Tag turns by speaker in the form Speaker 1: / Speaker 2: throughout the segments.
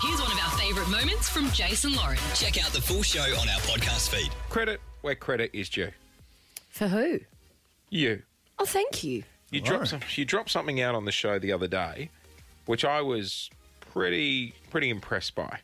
Speaker 1: Here's one of our favourite moments from Jason Lauren.
Speaker 2: Check out the full show on our podcast feed.
Speaker 3: Credit where credit is due.
Speaker 4: For who?
Speaker 3: You.
Speaker 4: Oh, thank you.
Speaker 3: You dropped some, you dropped something out on the show the other day, which I was pretty pretty impressed by.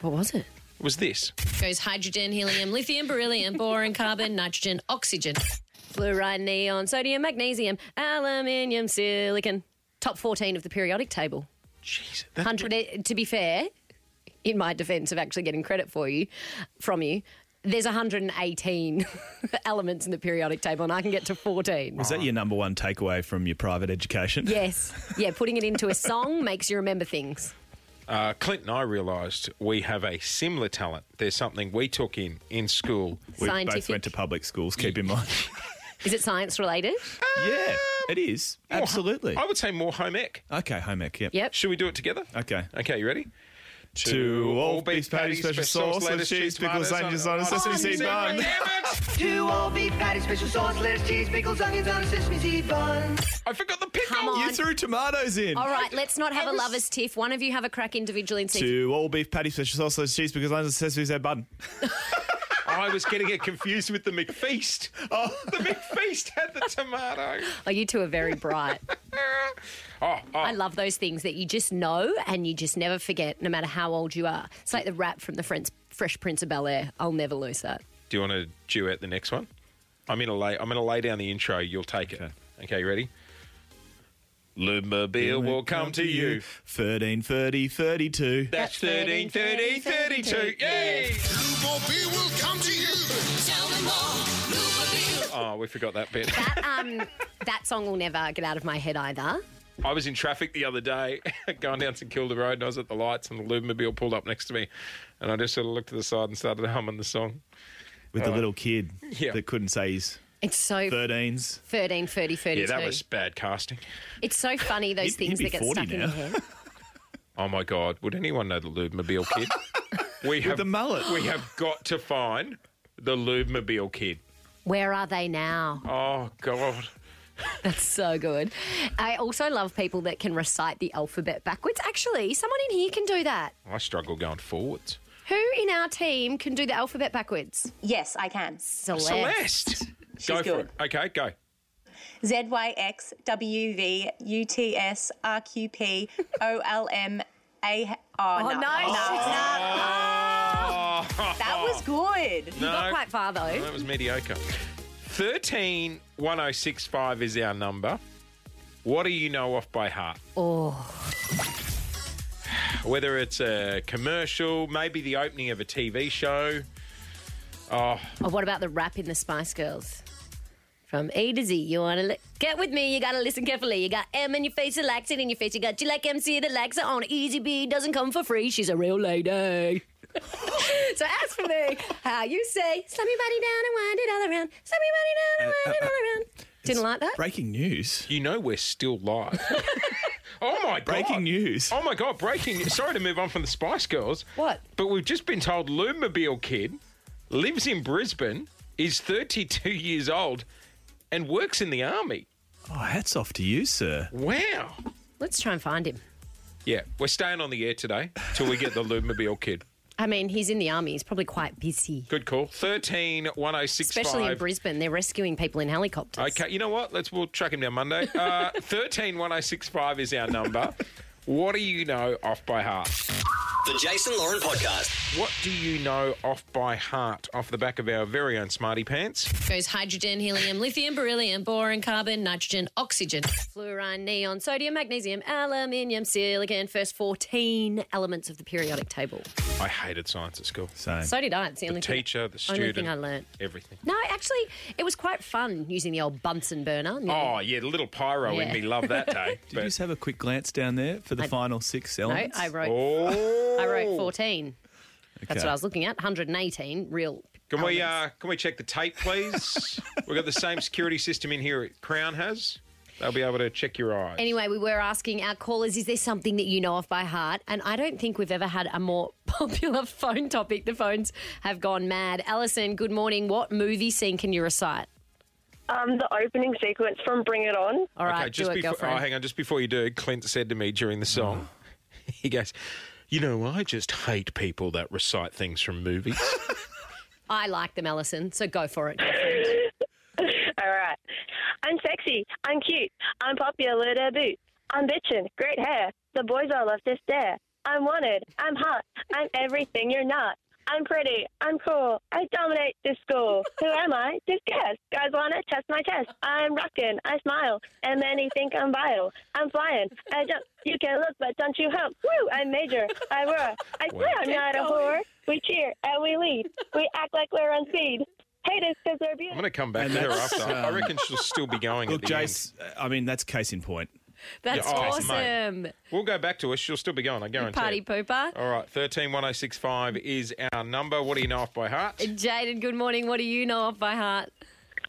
Speaker 4: What was it?
Speaker 3: Was this?
Speaker 4: Goes hydrogen, helium, lithium, beryllium, boron, carbon, nitrogen, oxygen, fluoride, neon, sodium, magnesium, aluminium, silicon. Top 14 of the periodic table.
Speaker 3: Jeez, that-
Speaker 4: 100, eh, to be fair, in my defense of actually getting credit for you, from you, there's 118 elements in the periodic table, and I can get to 14.
Speaker 5: Was that your number one takeaway from your private education?
Speaker 4: Yes. Yeah, putting it into a song makes you remember things.
Speaker 3: Uh, Clint and I realised we have a similar talent. There's something we took in in school.
Speaker 5: We both
Speaker 4: Scientific.
Speaker 5: went to public schools, keep in mind.
Speaker 4: Is it science related?
Speaker 5: yeah, it is.
Speaker 3: More-
Speaker 5: Absolutely.
Speaker 3: I would say more home ec.
Speaker 5: Okay, home ec, yep.
Speaker 4: Yep.
Speaker 3: Should we do it together?
Speaker 5: Okay.
Speaker 3: Okay, you ready?
Speaker 5: To all beef patties, special sauce, lettuce, cheese, pickles, onions, on a
Speaker 4: Oh,
Speaker 5: sesame seed bun.
Speaker 6: Two all beef patties, er special sauce, lettuce, cheese, pickles, onions on a sesame seed bun.
Speaker 3: I forgot the pickle.
Speaker 4: Come on.
Speaker 5: You threw tomatoes in.
Speaker 4: All right, let's not have a lover's tiff. One of you have a crack individually and see.
Speaker 5: To all beef patty, special sauce, lettuce, cheese, because onions, sesame seed bun.
Speaker 3: I was getting it confused with the McFeast. Oh, the McFeast had the tomato.
Speaker 4: Oh, you two are very bright.
Speaker 3: Oh, oh.
Speaker 4: I love those things that you just know and you just never forget, no matter how old you are. It's like the rap from the French, Fresh Prince of Bel Air. I'll never lose that.
Speaker 3: Do you want to duet the next one? I'm gonna lay. I'm gonna lay down the intro. You'll take it.
Speaker 5: Okay.
Speaker 3: Okay, you ready? Lumberville will come to you.
Speaker 5: 13, 30, 32.
Speaker 3: That's 13, 30, 32. Yay!
Speaker 7: Mobile will come to you.
Speaker 3: Oh, we forgot that bit.
Speaker 4: That, um, that song will never get out of my head either.
Speaker 3: I was in traffic the other day, going down St Kilda Road, and I was at the lights, and the Lumbermobile pulled up next to me, and I just sort of looked to the side and started humming the song.
Speaker 5: With the little kid
Speaker 3: Yeah.
Speaker 5: that couldn't say his
Speaker 4: It's so
Speaker 5: 13s.
Speaker 4: 13, 30, 32.
Speaker 3: Yeah, that was bad casting.
Speaker 4: It's so funny, those
Speaker 5: He'd- he'd
Speaker 4: things
Speaker 5: be
Speaker 4: that get
Speaker 5: 40
Speaker 4: stuck in your
Speaker 5: now.
Speaker 4: head.
Speaker 3: Oh my God! Would anyone know the Lumbermobile kid? We have
Speaker 5: the mullet.
Speaker 3: We have got to find the Lumbermobile kid.
Speaker 4: Where are they now?
Speaker 3: Oh God!
Speaker 4: That's so good. I also love people that can recite the alphabet backwards. Actually, someone in here can do that.
Speaker 3: I struggle going forwards.
Speaker 4: Who in our team can do the alphabet backwards?
Speaker 8: Yes, I can.
Speaker 4: Celeste.
Speaker 3: Celeste. go
Speaker 8: good.
Speaker 3: for it. Okay, go.
Speaker 8: Z Y X W V U T S R Q P O L M A. Oh,
Speaker 4: Oh,
Speaker 8: no.
Speaker 4: no,
Speaker 8: That was good.
Speaker 3: no,
Speaker 4: Not quite far, though.
Speaker 3: that was mediocre. Thirteen one oh six five is our number. What do you know off by heart?
Speaker 4: Oh,
Speaker 3: Whether it's a commercial, maybe the opening of a TV show.
Speaker 4: oh, what about the rap in the Spice Girls? From A to Z, you wanna li- get with me, you gotta listen carefully. You got M in your face, you likes it in your face. You got you like MC that likes her on Easy B, doesn't come for free, she's a real lady. so as for me, how you say, slam your body down and wind it all around, slam your body down and wind it all around. Didn't like that?
Speaker 5: Breaking news.
Speaker 3: You know we're still live. oh my god!
Speaker 5: Breaking news.
Speaker 3: Oh my god! Breaking. Sorry to move on from the Spice Girls.
Speaker 4: What?
Speaker 3: But we've just been told Lumobile Kid lives in Brisbane, is 32 years old, and works in the army.
Speaker 5: Oh, hats off to you, sir.
Speaker 3: Wow.
Speaker 4: Let's try and find him.
Speaker 3: Yeah, we're staying on the air today till we get the Lumobile Kid.
Speaker 4: I mean, he's in the army, he's probably quite busy.
Speaker 3: Good call. 13 1065.
Speaker 4: Especially in Brisbane, they're rescuing people in helicopters.
Speaker 3: Okay, you know what? Let's we'll track him down Monday. Uh, 13 1065 is our number. What do you know off by heart?
Speaker 2: The Jason Lauren Podcast.
Speaker 3: What do you know off by heart off the back of our very own smarty pants?
Speaker 4: goes hydrogen, helium, lithium, beryllium, boron, carbon, nitrogen, oxygen, fluorine, neon, sodium, magnesium, aluminium, silicon. First 14 elements of the periodic table.
Speaker 3: I hated science at school.
Speaker 5: Same.
Speaker 4: So did I. It's the, only thing-
Speaker 3: Teacher, the
Speaker 4: only
Speaker 3: student,
Speaker 4: thing I learnt.
Speaker 3: everything.
Speaker 4: No, actually, it was quite fun using the old Bunsen burner.
Speaker 3: Oh yeah, the little pyro in
Speaker 4: Yeah.
Speaker 3: me loved that day.
Speaker 5: Did you just have a quick glance down there for the final six
Speaker 4: no,
Speaker 5: elements?
Speaker 4: I wrote,
Speaker 3: oh,
Speaker 4: I wrote 14. That's
Speaker 5: Okay.
Speaker 4: what I was looking at. 118 real.
Speaker 3: Can we
Speaker 4: elements.
Speaker 3: uh, can we check the tape, please? We've got the same security system in here. at Crown has. They'll be able to check your eyes.
Speaker 4: Anyway, we were asking our callers, is there something that you know off by heart? And I don't think we've ever had a more popular phone topic. The phones have gone mad. Alison, good morning. What movie scene can you recite?
Speaker 9: Um, the opening sequence from Bring It On.
Speaker 4: All right,
Speaker 3: just
Speaker 4: do it,
Speaker 3: before, oh,
Speaker 4: girlfriend. Uh-huh.
Speaker 3: hang on, just before you do, Clint said to me during the song, he goes, You know, I just hate people that recite things from movies.
Speaker 4: I like them, Alison. So go for it. girlfriend.
Speaker 9: All right. I'm sexy. I'm cute. I'm popular to boot. I'm bitchin'. Great hair. The boys all love to stare. I'm wanted. I'm hot. I'm everything you're not. I'm pretty. I'm cool. I dominate this school. Who am I? Just guess. Guys want to test my test. I'm rockin'. I smile. And many think I'm vile. I'm flying. I jump. You can look, but don't you hump. Woo! I major. I roar. I swear I'm not a whore. We cheer and we lead. We act like we're on speed. Hate us because they're
Speaker 3: I'm
Speaker 9: beautiful.
Speaker 3: going to come back
Speaker 5: And
Speaker 3: to her
Speaker 5: that's,
Speaker 3: after. I
Speaker 5: um,
Speaker 3: reckon she'll still be going.
Speaker 5: Look,
Speaker 3: at the end.
Speaker 5: Jace, I mean, that's case in point.
Speaker 4: That's
Speaker 3: Yeah, oh, mate.
Speaker 4: awesome.
Speaker 3: We'll go back to her. She'll still be going. I guarantee.
Speaker 4: Party pooper.
Speaker 3: All right, thirteen one zero six five is our number. What do you know off by heart?
Speaker 4: Jaden, good morning. What do you know off by heart?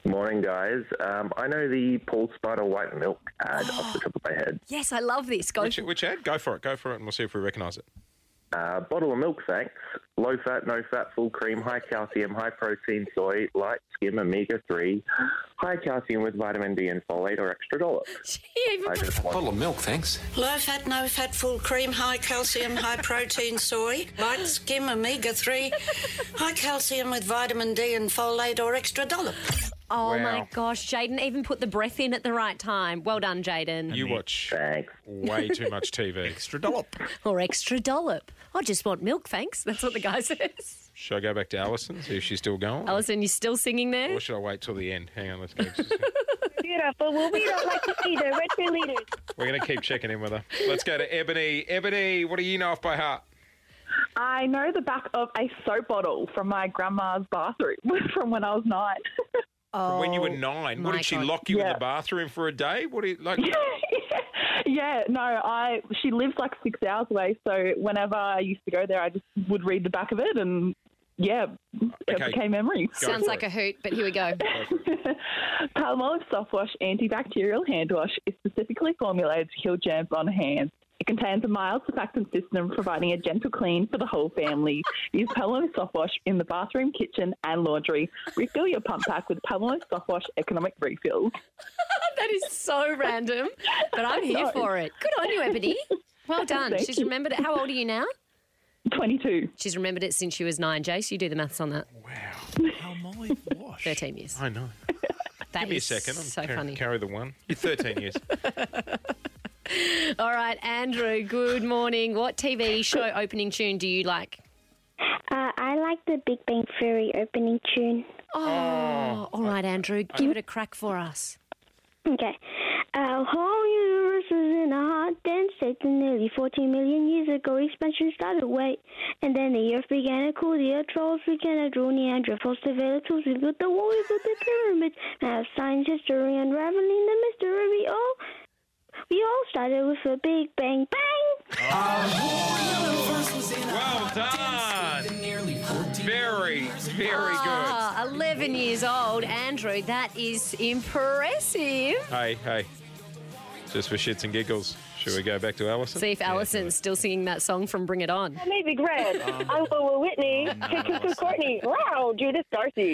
Speaker 10: Morning, guys. Um, I know the Paul Spider White Milk ad off the top of my head.
Speaker 4: Yes, I love this. Go
Speaker 3: Which,
Speaker 4: for
Speaker 3: which ad? Go for it. Go for it, and we'll see if we recognise it.
Speaker 10: Uh, bottle of milk, thanks. Low fat, no fat, full cream, high calcium, high protein, soy, light skim, omega 3, high calcium with vitamin D and folate or extra dollop.
Speaker 4: She even
Speaker 10: I just want-
Speaker 2: of milk, thanks.
Speaker 6: Low fat, no fat, full cream, high calcium, high protein soy, light skim, omega 3, high calcium with vitamin D and folate or extra dollop.
Speaker 4: Oh my
Speaker 3: Wow.
Speaker 4: gosh, Jaden even put the breath in at the right time. Well done, Jaden.
Speaker 3: You watch
Speaker 10: Thanks.
Speaker 3: way too much TV.
Speaker 5: Extra dollop.
Speaker 4: or extra dollop. I just want milk, thanks. That's what the guy says.
Speaker 3: Should I go back to Alison? See if she's still going.
Speaker 4: Alison, you still singing there?
Speaker 3: Or should I wait till the end? Hang on, let's go.
Speaker 9: Beautiful. Well, we don't like to see the red cheerleaders.
Speaker 3: We're going to keep checking in with her. Let's go to Ebony. Ebony, what do you know off by heart?
Speaker 6: I know the back of a soap bottle from my grandma's bathroom from when I was nine.
Speaker 4: Oh,
Speaker 3: when you were nine, what
Speaker 4: my
Speaker 3: did she
Speaker 4: God.
Speaker 3: lock you in
Speaker 6: Yeah.
Speaker 3: the bathroom for a day? What do you like?
Speaker 6: yeah, no, I she lives like six hours away, so whenever I used to go there, I just would read the back of it, and yeah, it
Speaker 3: Okay.
Speaker 6: became memories.
Speaker 3: Go
Speaker 4: Sounds
Speaker 3: for
Speaker 4: like
Speaker 3: it.
Speaker 4: a hoot, but here we go.
Speaker 6: Palmolive soft wash antibacterial hand wash is specifically formulated to kill germs on hands. It contains a mild surfactant system providing a gentle clean for the whole family. Use Palmolive soft wash in the bathroom, kitchen, and laundry. Refill your pump pack with Palmolive soft wash economic refill.
Speaker 4: that is so random, but I'm here
Speaker 6: No.
Speaker 4: for it. Good on you, Ebony. Well done.
Speaker 6: Thank
Speaker 4: She's
Speaker 6: you.
Speaker 4: remembered it. How old are you now?
Speaker 6: 22.
Speaker 4: She's remembered it since she was nine. Jace, you do the maths on that.
Speaker 5: How Molly wash.
Speaker 4: 13 years.
Speaker 3: I know.
Speaker 4: That
Speaker 3: Give me a
Speaker 4: is
Speaker 3: second. I'm
Speaker 4: so
Speaker 3: car-
Speaker 4: funny.
Speaker 3: Carry the one. You're 13 years.
Speaker 4: All right, Andrew, good morning. What TV show opening tune do you like?
Speaker 9: Uh, I like the Big Bang Theory opening tune.
Speaker 4: Oh, all right, Andrew, give it a crack for us.
Speaker 9: Okay. Our whole universe is in a hot, dense state. And nearly 14 million years ago, expansion started. Wait, and then the Earth began to cool. The Earth trolls began to draw Neanderthals developed tools. We built the wall. We built the pyramids. Now science history unraveling the mystery. We all, we all started with a big bang, bang.
Speaker 3: Well done. Very, very good.
Speaker 4: Ah, 11 years old, Andrew, that is impressive.
Speaker 3: Hey, hey. Just for shits and giggles, should we go back to Alison?
Speaker 4: See if Alison's still singing that song from Bring It On.
Speaker 9: Maybe Greg, Uncle Will Whitney, Cuckoo Courtney, Wow, Judith Darcy.